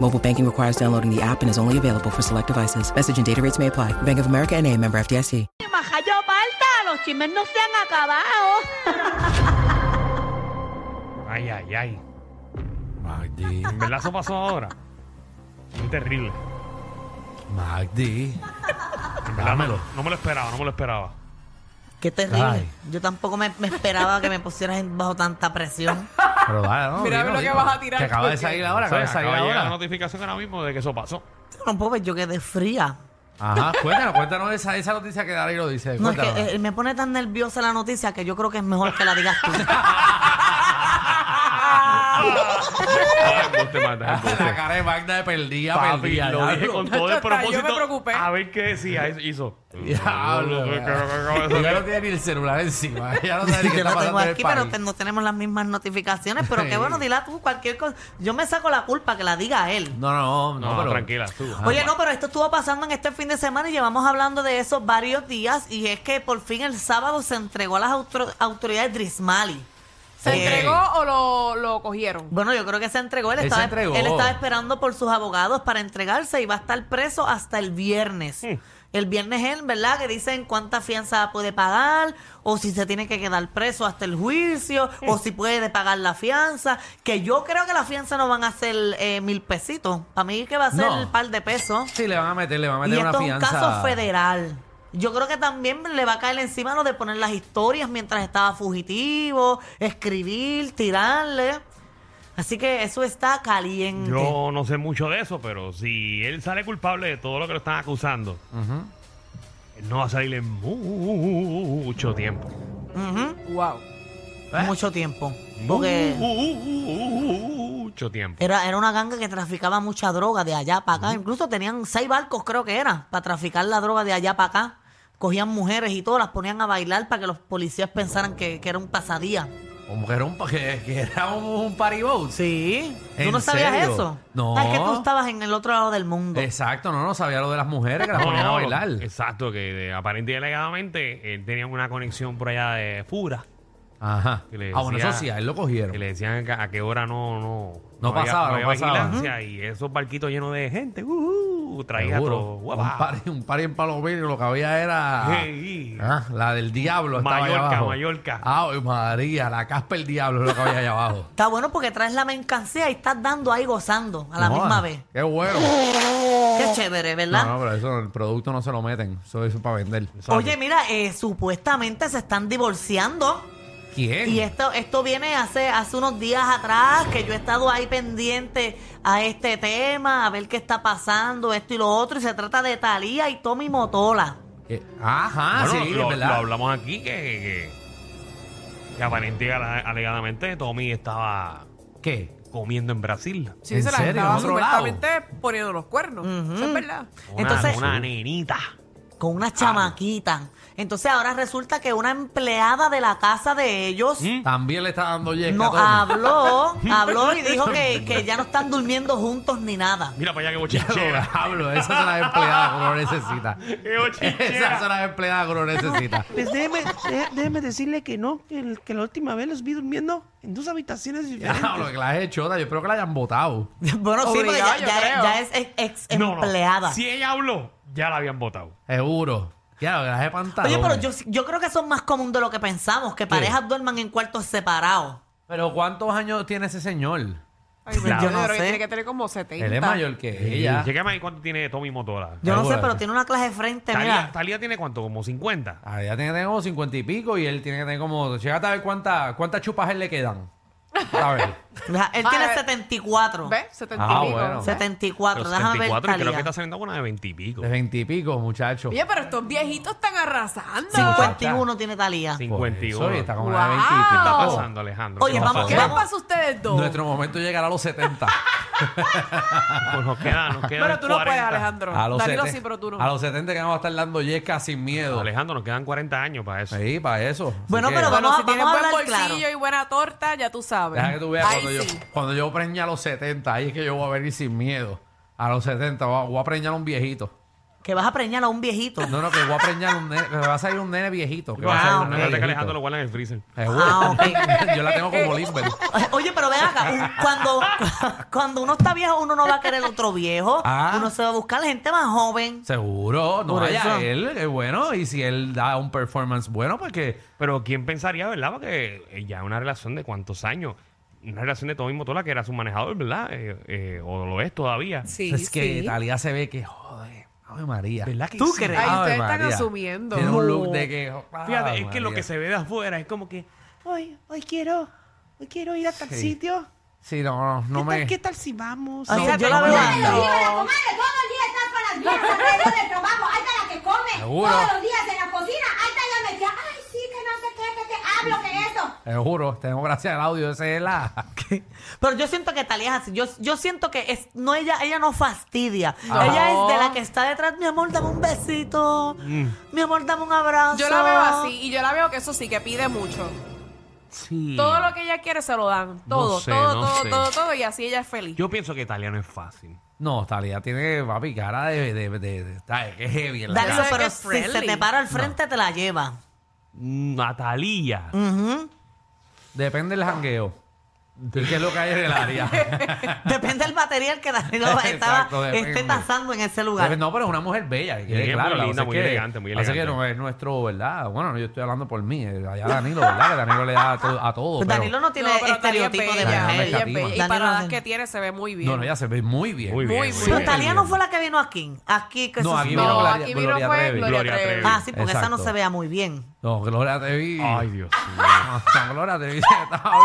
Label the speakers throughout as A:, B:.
A: Mobile banking requires downloading the app and is only available for select devices. Message and data rates may apply. Bank of America and a member FDIC.
B: Majayo Palta, los chismes no se han acabado.
C: Ay, ay, ay.
D: Magdi,
C: En verdad eso pasó ahora. Es terrible.
D: Magdi,
C: En verdad, no,
D: dámelo.
C: no me lo esperaba, no me lo esperaba.
B: Qué terrible.
D: Ay.
B: Yo tampoco me, me esperaba que me pusieras en- bajo tanta presión.
D: Pero dale, no.
E: Mira,
D: dilo,
E: lo que
D: dilo.
E: vas a tirar,
D: Que acaba de
E: porque-
D: salir ahora, acaba de salir
C: acaba de llegar la
D: ahora.
C: notificación ahora mismo de que eso pasó.
B: No puedo ver, yo quedé fría.
D: Ajá, cuéntanos, cuéntanos esa, esa noticia que Darío dice.
B: No, es que
D: cuéntanos.
B: eh, me pone tan nerviosa la noticia que yo creo que es mejor que la digas tú.
C: Ah, embuste, Magda, embuste.
D: la cara de Magda de perdida,
C: Papi,
D: perdida.
C: lo dije
D: diablo.
C: con todo el
E: Hasta yo me
C: propósito.
E: preocupé.
C: A ver qué decía, eso hizo.
D: Diablo,
C: Yo
D: Ella no tiene ni el celular encima. Ella no sabe ni qué
B: Yo
D: está
B: lo tengo
D: pasando en el
B: aquí, pero te-
D: país.
B: no tenemos las mismas notificaciones. Pero qué bueno, dila tú cualquier cosa. Yo me saco la culpa que la diga él.
D: No, no, no,
C: No,
D: pero... Ah.
C: tranquila, tú.
B: Oye, no, pero esto estuvo pasando en este fin de semana y llevamos hablando de eso varios días y es que por fin el sábado se entregó a las autro- autoridades Drismali.
E: ¿Se
D: Ok.
E: entregó o lo, lo cogieron?
B: Bueno, yo creo que se entregó. Él
D: Él se
B: estaba,
D: entregó.
B: él estaba esperando por sus abogados para entregarse y va a estar preso hasta el viernes.
D: Hmm.
B: El viernes él, ¿verdad? Que dicen cuánta fianza puede pagar o si se tiene que quedar preso hasta el juicio
D: Hmm.
B: o si puede pagar la fianza. Que yo creo que la fianza no van a ser eh, mil pesitos. Para mí que va a ser
D: No.
B: un par de pesos.
D: Sí, le van a meter, le van a
B: Y
D: meter una
B: esto es un
D: fianza.
B: caso federal. Yo creo que también le va a caer encima lo de poner las historias mientras estaba fugitivo, escribir, tirarle. Así que eso está caliente.
C: Yo no sé mucho de eso, pero si él sale culpable de todo lo que lo están acusando, él no va a salir en mu- mucho tiempo.
B: Ujú.
E: Wow.
D: ¿Eh?
B: Mucho tiempo. Porque
D: Uh,
C: Mucho tiempo.
B: era, era una ganga que traficaba mucha droga de allá para acá. Incluso tenían seis barcos, creo que era, para traficar la droga de allá para acá. Cogían mujeres y todas las ponían a bailar para que los policías pensaran que, que era un pasadía.
D: Como que era un, que, que era un, un party boat.
B: Sí. ¿Tú
D: ¿En
B: no sabías
D: serio?
B: eso?
D: No.
B: Ah, Es que tú estabas en el otro lado del mundo.
D: Exacto, no, no sabía lo de las mujeres que las
C: No,
D: ponían a
C: no,
D: bailar.
C: Exacto, que de- aparente y alegadamente él tenía una conexión por allá de Fura.
D: Ajá.
C: que le
D: Ah, bueno,
C: decía-
D: eso sí, a él lo
C: Que
D: cogieron.
C: le decían que- a qué hora no no,
D: No pasaba, no pasaba.
C: vigilancia y esos barquitos llenos de gente, uh, traía a
D: Seguro.
C: todos, guapa.
D: un party, un party en Palomino, lo que había era
C: Hey.
D: Ah, la del diablo estaba allá
C: Mallorca,
D: abajo.
C: Mallorca.
D: Ay, María, la caspa del diablo es lo que había allá abajo.
B: Está bueno porque traes la mercancía y estás dando ahí gozando a la
D: No,
B: misma
D: ah,
B: vez.
D: Qué bueno.
B: Qué chévere, ¿verdad?
D: No, no, pero eso el producto no se lo meten, eso eso es para vender.
B: Oye, mira, eh, supuestamente se están divorciando.
D: ¿Quién?
B: Y esto, esto viene hace, hace unos días atrás, que yo he estado ahí pendiente a este tema, a ver qué está pasando, esto y lo otro. Y se trata de Talía y Tommy Motola.
D: Eh, Ajá,
C: Bueno,
D: sí,
C: lo,
D: ¿verdad?
C: lo hablamos aquí que, que, que aparente y ale- alegadamente Tommy estaba
D: ¿Qué?
C: comiendo en Brasil.
E: Sí,
D: ¿En
E: se la
D: serio? ¿En
E: estaba
D: otro lado?
E: supuestamente poniendo los cuernos. Eso es verdad.
C: Una,
B: Entonces-
C: una nenita.
B: con
D: Ah.
B: una chamaquita. Entonces ahora resulta que una empleada de la casa de
D: Mm,
B: ellos
D: También le está dando yesca a
B: no
D: Tommy.
B: habló, habló y dijo que, que ya no están durmiendo juntos ni nada.
C: Mira para allá que bochinchera.
D: Diablo, esas son las empleadas que uno necesita.
C: Qué
D: Esas son
C: bochinchera.
D: las empleadas que uno necesita.
F: Pues déjeme, de- déjeme decirle que no, que, el- que la última vez los vi durmiendo en dos habitaciones diferentes.
D: Diablo, que la he hecho, yo espero que la hayan votado.
B: Bueno, sí, porque ya,
E: Obligado, yo
B: ya-
E: creo.
B: ya es ex, ex
C: No, no.
B: empleada.
C: Si ella habló, ya la habían votado.
D: Seguro. Claro, que las he pantalón.
B: Oye, pero yo, yo creo que eso es más común de lo que pensamos, que parejas duerman en cuartos separados.
D: Pero ¿cuántos años tiene ese señor?
E: Ay,
C: Claro.
E: yo
B: Yo no sé.
E: tiene que tener como 70.
D: Él es mayor que ella.
C: Chequeme ahí cuánto tiene Tommy Motola.
B: Yo no sé,
D: Seguro.
B: pero tiene una clase de frente,
C: Talía,
B: Este, mira.
C: Talía tiene cuánto, como 50.
D: Ah, ella tiene que tener como 50 y pico y él tiene que tener como. Llegate a ver cuánta- cuántas chupas él le quedan. A ver.
B: Mira, Él
E: Ah,
B: tiene
E: eh.
B: 74.
E: ¿Ves? 70
D: Ah,
E: y pico.
D: bueno.
E: ¿ves?
B: 74,
C: Pero
B: déjame ver
C: 74, y creo que
B: Thalía.
C: está saliendo con una de 20 y pico.
D: De 20 y pico, muchacho.
E: Oye, pero estos viejitos están arrasando.
B: 51 tiene Talía.
C: Sí.
D: Por
C: 51.
D: Pues eso, y está como
E: Wow.
D: una de 20 y pico.
E: ¿Qué
C: ¿Qué está
E: no.
C: pasando, Alejandro?
B: Oye,
C: ¿Qué está
B: vamos,
E: ¿Qué les
C: pasando?
E: pasa a ustedes dos?
D: Nuestro momento llegará a los 70.
C: Pues nos queda, nos quedan
E: Pero tú no
C: 40.
E: puedes, Alejandro.
D: A los,
E: Danilo
D: 70
E: sí, pero tú no.
D: a los 70 que vamos a estar dando yesca sin miedo.
C: Alejandro, nos quedan 40 años para eso.
D: Sí, para eso. Así
B: Bueno,
D: que-
B: pero
E: Bueno,
B: Vamos a-
E: si tienes
B: vamos a
E: buen bolsillo
B: hablar claro.
E: y buena torta, ya tú sabes.
D: Deja que tú veas
E: Ahí
D: cuando,
E: sí.
D: yo, cuando yo preña a los 70. Ahí es que yo voy a venir sin miedo. A los 70 voy a, voy a preñar a un viejito.
B: Que vas a preñar a un viejito.
D: No, no, que voy a preñar a un nene. Que va a salir un nene viejito. Que va a
B: Ah,
D: salir
C: Acuérdate
D: un
B: ok.
D: nene
C: que
D: viejito.
C: Alejandro lo guarda en el freezer.
D: Seguro.
B: Ah, ok.
D: yo la tengo como Limber.
B: Oye, pero ven acá, un- cuando, cuando uno está viejo, uno no va a querer otro viejo.
D: Ah.
B: Uno se va a buscar gente más joven.
D: Seguro. No
B: Por eso.
D: vaya él. Es bueno. Y si él da un performance bueno, pues que...
C: Pero ¿quién pensaría, verdad? Porque eh, ya una relación de cuántos años. Una relación de Tommy Motola que era su manejador, ¿verdad? Eh, eh, o lo es todavía.
E: Sí,
D: es que
E: sí.
D: Talía se ve que, joder, Ave María.
F: Ah,
C: ¿Verdad que
B: ¿Tú
C: sí?
B: crees?
E: Ay,
D: Ave
E: ustedes están
D: María.
E: asumiendo.
D: Tiene un look
E: No.
D: de que...
C: Fíjate,
D: Ave
C: es que lo
D: Ah, María.
C: que se ve de afuera es como que...
F: Hoy, hoy quiero, hoy quiero ir a tal
D: Sí.
F: sitio.
D: Sí, no, no, no
F: ¿Qué,
D: me...
F: tal, qué tal si vamos?
B: Ay,
F: No,
B: yo
D: no
B: la
D: me
B: veo
D: gusta.
G: Todos los
B: andando.
G: días, la comadre, todos los días están con las viejas alrededor del trabajo. Ahí está la que come.
D: Seguro.
G: Todos los días en la cocina. Ahí está la metida. Ay, sí, que no sé qué, que te hablo, que eso.
D: Te lo juro, tenemos gracias al audio, ese es la...
B: Pero yo siento que Talía es así. Yo, yo siento que es, no ella, ella no fastidia.
D: No.
B: Ella es de la que está detrás. Mi amor, dame un besito.
D: Mm.
B: Mi amor, dame un abrazo.
E: Yo la veo así y yo la veo que eso sí, que pide mucho.
C: Sí.
E: Todo lo que ella quiere se lo dan. Todo,
C: sé,
E: todo,
C: Mm. no
E: todo,
C: sé.
E: todo, todo. Y así ella es feliz.
C: Yo pienso que italiano es fácil.
D: No, Talía tiene, papi, cara de... de, de, de, está- que heavy en la
B: Dale,
E: Eso
D: cara.
E: es que
B: pero
E: es
B: si se
E: friendly.
B: te para al frente, te la lleva.
C: Mm, Natalía.
B: Ujú.
D: Depende del jangueo. ¿Qué es lo que hay en el área?
B: Depende del material que Danilo
D: Exacto,
B: estaba, esté
D: depende.
B: tasando en ese lugar.
D: no, pero es una mujer bella. que quede
C: Sí, es
D: claro,
C: muy
D: la
C: linda,
D: cosa es
C: muy
D: que-
C: elegante, muy
D: Así que
C: elegante.
D: no es nuestro, ¿verdad? Bueno, yo estoy hablando por mí. eh, Allá Danilo, ¿verdad? Que Danilo le da a, to- a todo.
B: Pues
D: pero-
B: Danilo no tiene
E: No, pero Talía es
B: estereotipo de
E: bella,
D: mujer.
E: ella es bella.
D: Danilo
E: Y para
B: no
E: las
B: hace-
E: que tiene se ve muy bien.
D: No, no, ella se ve muy bien.
C: Muy bien.
E: Muy
C: muy
E: bien.
B: Pero
C: bien.
B: Talía no fue la que vino aquí. Aquí que
D: No,
B: se
D: aquí
B: subió.
D: vino
E: No,
D: Gloria-
E: aquí vino
D: Gloria
E: fue
D: Trevi.
E: Gloria,
C: Gloria
E: Trevi.
C: Trevi.
B: Ah, sí, porque esa no
D: Exacto.
B: se vea muy bien.
D: No, Gloria Trevi.
C: Ay, Dios
D: No, no, Gloria Trevi se estaba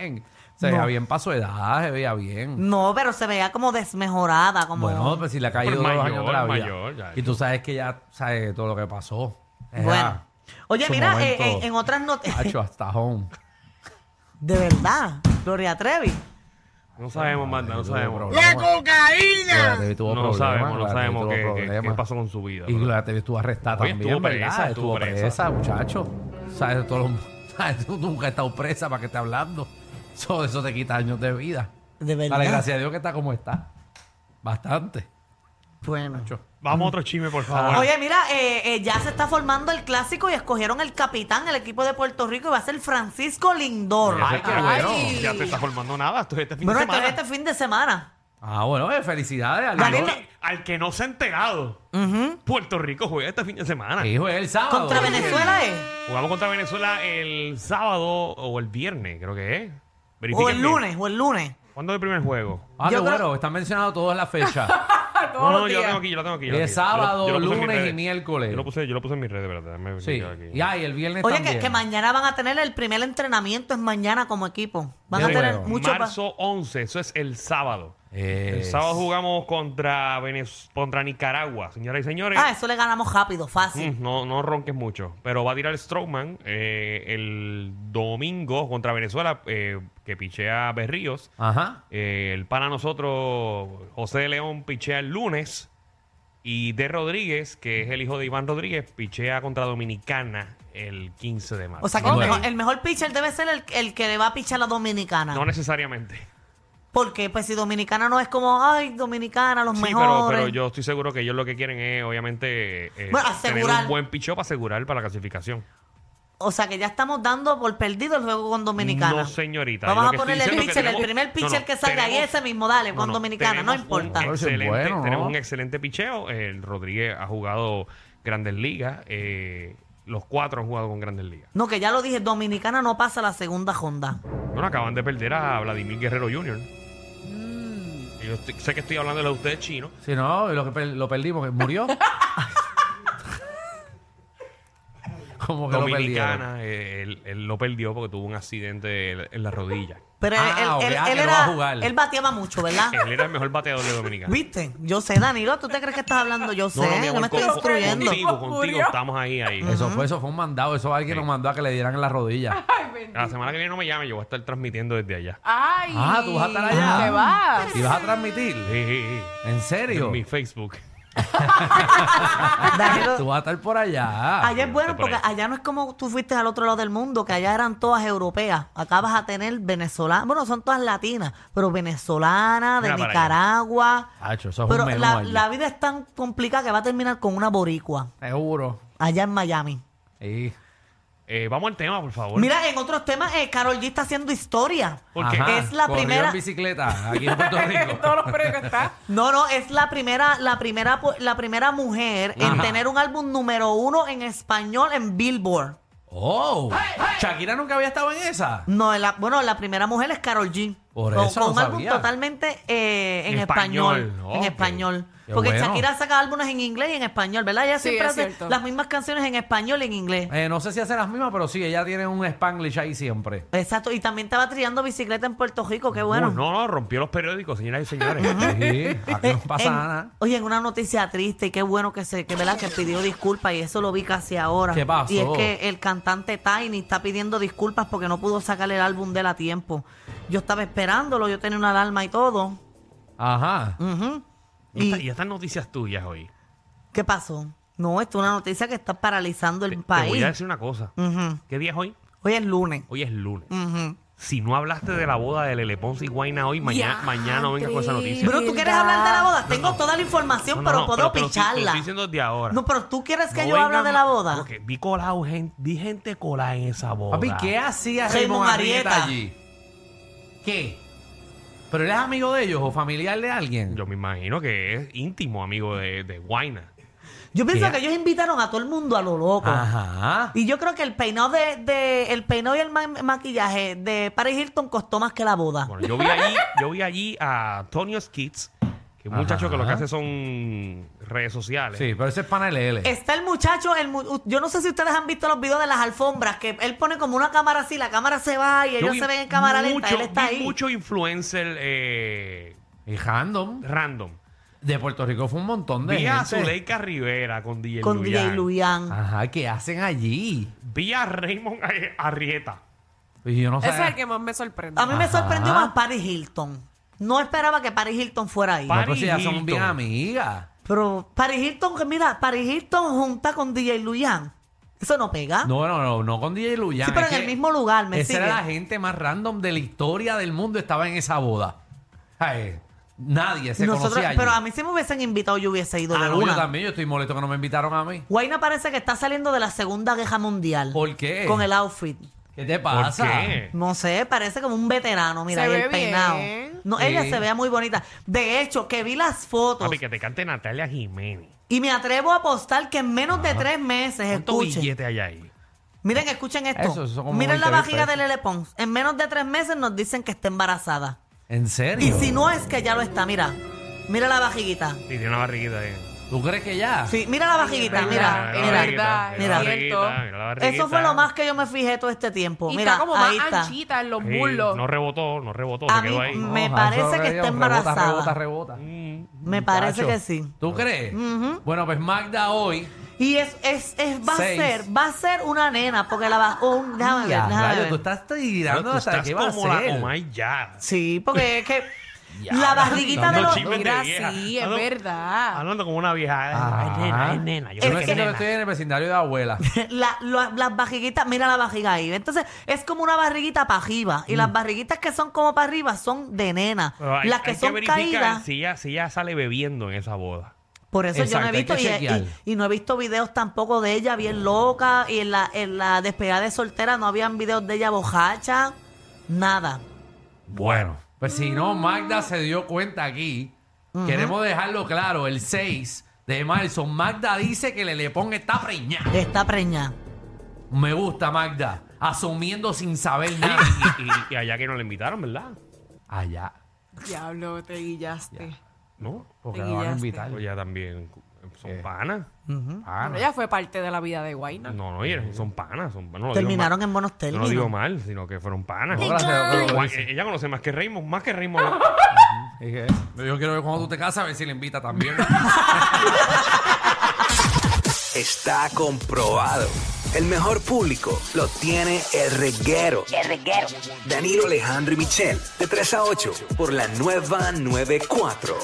D: bien. Se veía bien para su edad, se veía bien.
B: No, pero se veía como desmejorada, como...
D: Bueno, pues si le ha caído
C: Pero
D: dos
C: mayor,
D: años de la vida.
C: mayor, ya, ya.
D: y tú sabes que ya sabes todo lo que pasó. Era
B: Bueno. Oye,
D: su
B: mira, eh,
D: momento.
B: en, en otras noticias...
D: Hacho, hasta home.
B: De verdad, Gloria Trevi.
C: No sabemos, Marta, no sabemos.
D: ¡La cocaína!
C: No sabemos, no sabemos qué, qué- qué pasó con su vida.
D: Y
C: bro.
D: Gloria Trevi estuvo arrestada
C: Oye,
D: también,
C: estuvo
D: ¿verdad?
C: presa, estuvo
D: estuvo presa,
C: presa.
D: muchacho. ¿Sabes? Todo lo- ¿Sabes? Tú nunca has estado presa, ¿para qué estás hablando? Eso, eso te quita años de vida.
B: De verdad.
D: Dale, gracias a Dios que está como está. Bastante.
B: Bueno.
D: Mucho.
C: Vamos a otro chisme, por favor.
B: Oye, mira, eh, eh, ya se está formando el clásico y escogieron el capitán, el equipo de Puerto Rico, y va a ser Francisco Lindor.
C: Ya se-
D: qué bueno.
C: Ya te está formando nada. Esto es este fin
B: Bueno,
C: de
B: esto es
C: semana.
B: este fin de semana.
D: Ah, bueno, eh, felicidades al
B: Dale,
D: Lord.
B: te-
C: Al que no se ha enterado, Puerto Rico juega este fin de semana.
D: Que Hijo, es el
C: Ah,
D: sábado.
B: Contra Venezuela es.
C: Jugamos contra Venezuela el sábado o el viernes, creo que es. Verifiquen
B: O el
C: bien.
B: lunes, o el lunes.
C: ¿Cuándo es el primer juego?
D: Ah, qué
B: Yo creo-
D: bueno, están mencionando todas las fechas.
E: Todos
C: No, no,
E: los
C: yo lo
E: días.
C: tengo aquí, yo lo tengo aquí. yo lo
D: Y es
C: tengo aquí. Yo lo-
D: sábado,
C: yo lo puse en mis
D: lunes y
C: redes.
D: miércoles.
C: Yo lo puse, yo lo puse en mis redes, ¿verdad? Déjame
D: sí.
C: verificar aquí.
D: Y, ah, y el viernes
B: Oye,
D: también.
B: que, que mañana van a tener el primer entrenamiento, es mañana como equipo. Van a
D: Qué
B: tener
D: bueno.
B: mucho pa-
C: Marzo 11, eso es el sábado. El
D: Es-
C: sábado jugamos contra, Venez- contra Nicaragua, señoras y señores.
B: Ah, eso le ganamos rápido, fácil.
C: Mm, no, no ronques mucho. Pero va a tirar Strowman eh, el domingo contra Venezuela, eh, que pichea Berríos.
D: Ajá.
C: Eh, el pana nosotros, José de León, pichea el lunes. Y De Rodríguez, que es el hijo de Iván Rodríguez, pichea contra Dominicana el 15 de marzo.
B: O sea que
D: Ok.
B: el, mejor, el mejor pitcher debe ser el, el que le va a pichar a la dominicana.
C: no necesariamente.
B: Porque pues si dominicana no es como, ay, dominicana, los
C: Sí, pero,
B: mejores.
C: pero yo estoy seguro que ellos lo que quieren es, obviamente, eh,
B: Bueno,
C: tener
B: asegurar.
C: un buen picheo para asegurar para la clasificación.
B: O sea que ya estamos dando por perdido el juego con dominicana.
C: No, señorita.
B: Vamos
C: Lo
B: a
C: que
B: ponerle el
C: estoy
B: pitcher,
C: diciendo es que
B: el
C: tenemos-
B: primer pitcher
C: No, no,
B: que salga ahí
C: tenemos-
B: ese mismo, dale,
C: no,
B: con
C: no,
B: dominicana, no
C: tenemos
B: importa.
C: Un
D: Pero eso es
C: excelente,
D: bueno, ¿no?
C: Tenemos un excelente picheo. El Rodríguez ha jugado Grandes Ligas. eh, los cuatro han jugado con Grandes Ligas.
B: No, que ya lo dije, dominicana no pasa la segunda ronda.
C: Bueno, acaban de perder a Vladimir Guerrero Jr.
B: Mm.
C: Yo estoy- sé que estoy hablando de ustedes chinos.
D: Si no, lo, que per- lo perdimos, que murió. Como que lo perdieron.
C: Dominicana, eh, él, él lo perdió porque tuvo un accidente en- en la rodilla.
B: Pero
D: Ah,
B: él,
D: ok,
B: él-
D: ah,
B: él
D: que no va a
B: era,
D: jugar.
B: él bateaba mucho, ¿verdad?
C: Él era el mejor bateador de Dominicana.
B: ¿Viste? Yo sé, Danilo, ¿tú te crees que estás hablando? Yo sé,
C: No, no, mi
B: yo
C: amor,
B: me estoy
C: con- con-
B: instruyendo.
C: contigo, contigo,
E: Murió.
C: estamos ahí, ahí.
D: Eso fue, eso fue un mandado. Eso alguien
C: Sí.
D: nos mandó a que le dieran en la rodilla.
E: Ay, bendito.
C: La semana que viene no me llame, yo voy a estar transmitiendo desde allá.
E: Ay.
D: Ah, tú vas a estar allá.
E: Te vas.
D: ¿Y vas a transmitir?
C: Sí, sí,
D: ¿En
C: sí.
D: serio?
C: En mi Facebook.
B: Danilo,
D: Tú vas a estar por allá.
B: Allá es bueno
C: Está Ah, por
B: porque allá no es como tú fuiste al otro lado del mundo, que allá eran todas europeas. Acá vas a tener venezolanas, bueno, son todas latinas, pero venezolanas, de
C: Mira para allá.
B: Nicaragua.
D: Hacho, eso es
B: Pero
D: un menú
B: la,
D: allí.
B: la vida es tan complicada que va a terminar con una boricua
D: Seguro.
B: allá en Miami.
D: Sí.
C: Eh, vamos al tema, por favor.
B: Mira, en otros temas, eh, Carol G está haciendo historia.
C: ¿Por qué?
D: Ajá.
B: Es la
D: Corrió
B: primera-
D: en bicicleta aquí en Puerto
E: En
D: Rico.
E: todos los periódicos está.
B: No, no, es la primera, la primera, pu- la primera mujer en tener un álbum número uno en español en Billboard.
D: ¡Oh! Shakira nunca había estado en esa.
B: No, la- bueno, la primera mujer es Carol G.
D: Por
B: Con-
D: eso
B: con
D: no
B: un álbum
D: sabía.
B: totalmente eh, en español.
C: Español,
B: En
C: ok.
B: español.
D: Qué
B: Porque
D: bueno.
B: Shakira saca álbumes en inglés y en español, ¿verdad? Ella
E: Sí,
B: siempre
E: es
B: hace
E: cierto.
B: las mismas canciones en español y en inglés.
D: Eh, no sé si hace las mismas, pero sí, ella tiene un Spanglish ahí siempre.
B: Exacto. Y también estaba tirando bicicleta en Puerto Rico, qué bueno.
C: Uh, no, no, rompió los periódicos, señoras y señores.
D: Sí, aquí no
B: Eh,
D: pasa
B: en-
D: nada.
B: Oye, en una noticia triste, y qué bueno que se, que verdad que pidió disculpas y eso lo vi casi ahora.
D: ¿Qué pasó?
B: Y es que el cantante Tiny está pidiendo disculpas porque no pudo sacar el álbum de él a tiempo. Yo estaba esperándolo, yo tenía una alarma y todo.
D: Ajá.
B: Ujú.
C: y, esta-
B: Y-
C: y estas noticias tuyas hoy.
B: ¿Qué pasó? No, esto es una noticia que está paralizando el
C: Te, te
B: país. Mm.
C: voy a decir una cosa.
B: Ujú.
C: ¿Qué día es hoy?
B: Hoy es lunes.
C: Hoy es lunes.
B: Ujú.
C: Si no hablaste de la boda de Lele Ponce y Guaina hoy, mañana,
E: Diantre.
C: mañana no vengas con esa noticia.
B: Bruno, ¿tú quieres
E: verdad.
B: hablar de la boda? Tengo toda la información,
C: No, no,
B: pero
C: no,
B: puedo
C: te lo estoy- te lo
B: picharla.
C: estoy diciendo desde ahora.
B: no, pero ¿tú quieres que
C: No
B: yo hable
C: vengan-
B: de la boda?
C: Porque vi colado, gente, vi gente colada en esa boda.
D: Papi, ¿qué hacía
B: Raymond
D: Raymond Arrieta
B: Arrieta?
D: allí? ¿Qué? ¿Pero él es amigo de ellos o familiar de alguien?
C: Yo me imagino que es íntimo amigo de, de Guaina.
B: Yo pienso
D: ¿Qué?
B: que ellos invitaron a todo el mundo a lo loco.
D: Ajá.
B: Y yo creo que el peinado de, de- el peinado y el ma- maquillaje de Paris Hilton costó más que la boda.
C: Bueno, yo vi allí, yo vi allí a Antonio Kids, que es un muchacho que lo que hace son redes sociales.
D: Sí, pero ese es pana LL.
B: Está el muchacho, el mu- yo no sé si ustedes han visto los videos de las alfombras, que él pone como una cámara así, la cámara se va y
C: Yo
B: ellos
C: vi
B: se ven en cámara lenta,
C: mucho-
B: él está
C: vi
B: ahí.
C: mucho influencer eh,
D: Y Random.
C: random.
D: De Puerto Rico fue un montón de
C: Vi a
D: gente.
C: Zuleika Rivera con DJ
B: con DJ
C: Luyan.
B: Luyan.
D: Ajá, ¿qué hacen allí?
C: Vi a Raymond eh, Arrieta.
D: Y yo no
E: Ese es
D: sabía-
E: el que más me sorprende.
B: A mí me
D: Ajá.
B: sorprendió más Paris Hilton. No esperaba que Paris Hilton fuera ahí.
D: No,
C: Pa-
D: pero si ellas
C: Hilton.
D: son bien amigas.
B: Pero Paris Hilton, que mira, Paris Hilton junta con DJ Luyan. Eso no pega.
D: No, no, no, no con DJ Luyan.
B: Ah. Sí, pero
D: es
B: en el
D: que
B: mismo lugar, ¿me
D: Esa
B: sigue?
D: era la gente más random de la historia del mundo estaba en esa boda. Ay, nadie se
B: Nosotros-
D: conocía allí.
B: pero a mí si me hubiesen invitado yo hubiese ido
D: Ah,
B: de
D: no, yo
B: una.
D: también, yo estoy molesto que no me invitaron a mí.
B: Guayna parece que está saliendo de la Segunda Guerra Mundial.
D: ¿Por qué?
B: Con el outfit.
D: ¿Qué te
C: ¿Por
D: pasa?
C: qué?
B: No sé, parece como un veterano, mira,
E: Se
B: y el
E: ve
B: peinado.
E: bien.
B: No,
D: Sí.
B: ella se vea muy bonita. De hecho, que vi las fotos
C: Papi, que te cante Natalia Jiménez.
B: y me atrevo a apostar que en menos de tres meses,
C: ¿Cuántos
B: escuchen,
C: billetes hay ahí?
B: miren, escuchen esto.
D: Eso, eso como
B: miren la
D: 20 mil
B: vajiga de
D: pesos.
B: Lele Pons. En menos de tres meses nos dicen que está embarazada.
D: ¿En
B: Y
D: serio?
B: si no es que ya lo está, mira. Mira la vajiguita.
C: Y tiene una barriguita ahí.
D: ¿Tú crees que ya?
B: Sí, mira la vajiguita,
E: Ay,
B: mira,
E: ay,
B: mira.
E: ay,
C: Mira,
B: mira.
C: la barriguita, mira la barriguita.
B: Eso fue lo más que yo me fijé todo este tiempo.
E: Y
B: mira,
E: está como más
B: ahí está.
E: anchita en los
C: Sí,
E: muslos.
C: No rebotó, no rebotó,
B: A
C: se quedó
B: mí
C: ahí.
B: me-
D: No, eso
B: parece que está embarazada.
D: Rebota, rebota, rebota.
C: Mm.
B: Me parece
D: Muchacho,
B: que sí.
D: ¿Tú crees? Bueno, pues Magda hoy.
B: Y es, es, es va
D: Seis.
B: a ser, va a ser una nena, porque la va un, déjame ver,
D: Ya,
B: déjame
D: rayo,
B: ver.
D: tú estás
C: Pero
D: tirando
C: tú
D: hasta
C: estás
D: qué va a
C: como la oh
D: ser.
C: Comay ya.
B: Sí, porque es que
D: Ya,
B: la barriguita de
C: dando
B: los
C: chismes de
E: Mira,
C: vieja.
E: sí, es
C: Hablando-
E: verdad.
C: Hablando como una vieja. eh.
D: Ajá.
C: Ay, nena, ay, nena. Yo
D: Yo
B: Ah. Es
C: no sé
D: me
B: que-
D: siento
C: nena.
D: que estoy en el vecindario de abuela.
B: la- lo- las barriguitas, mira la barriga ahí. Entonces, es como una barriguita para arriba. Y las barriguitas que son como para arriba son de nena.
C: Mm. Pero hay-
B: las que
C: hay
B: son
C: verificar
B: caídas.
C: Si ella, si ella sale bebiendo en esa boda.
B: Por eso yo
D: Exacto,
B: no he
D: hay que
B: visto y,
D: chequear.
B: y- y no he visto videos tampoco de ella bien loca. Y en la, en la despedida de soltera no habían videos de ella bojacha. Nada.
D: Bueno, pues si no, Magda se dio cuenta aquí. Queremos dejarlo claro, el 6 de marzo, Magda dice que Lele Pons está preñada.
B: Está preñada.
D: Me gusta, Magda, asumiendo sin saber
C: Oye,
D: nada.
C: y, y- y allá que no la invitaron, ¿verdad?
D: Allá.
E: Diablo, te guillaste.
C: ¿No?
D: Porque
E: Te
D: la van a
E: guillaste.
D: invitar.
C: Pues ya también son
D: Eh.
C: panas.
D: Ah, no.
E: Ella fue parte de la vida de Guayna.
C: No, Eh. no, oye, son panas. Son, no lo digo
B: Terminaron
C: mal.
B: en buenos
C: No
B: términos.
C: lo digo mal, sino que fueron panas.
D: No, gracias, pero- pero-
C: Guay, eh, Ella conoce más que Raymond, más que Raymond.
D: Dije, Yo quiero ver cuando tú te casas, a ver si le invita también.
H: Está comprobado. El mejor público lo tiene el reguero. El reguero. Danilo Alejandro y Michel, de 3 a 8, por la nueva 94.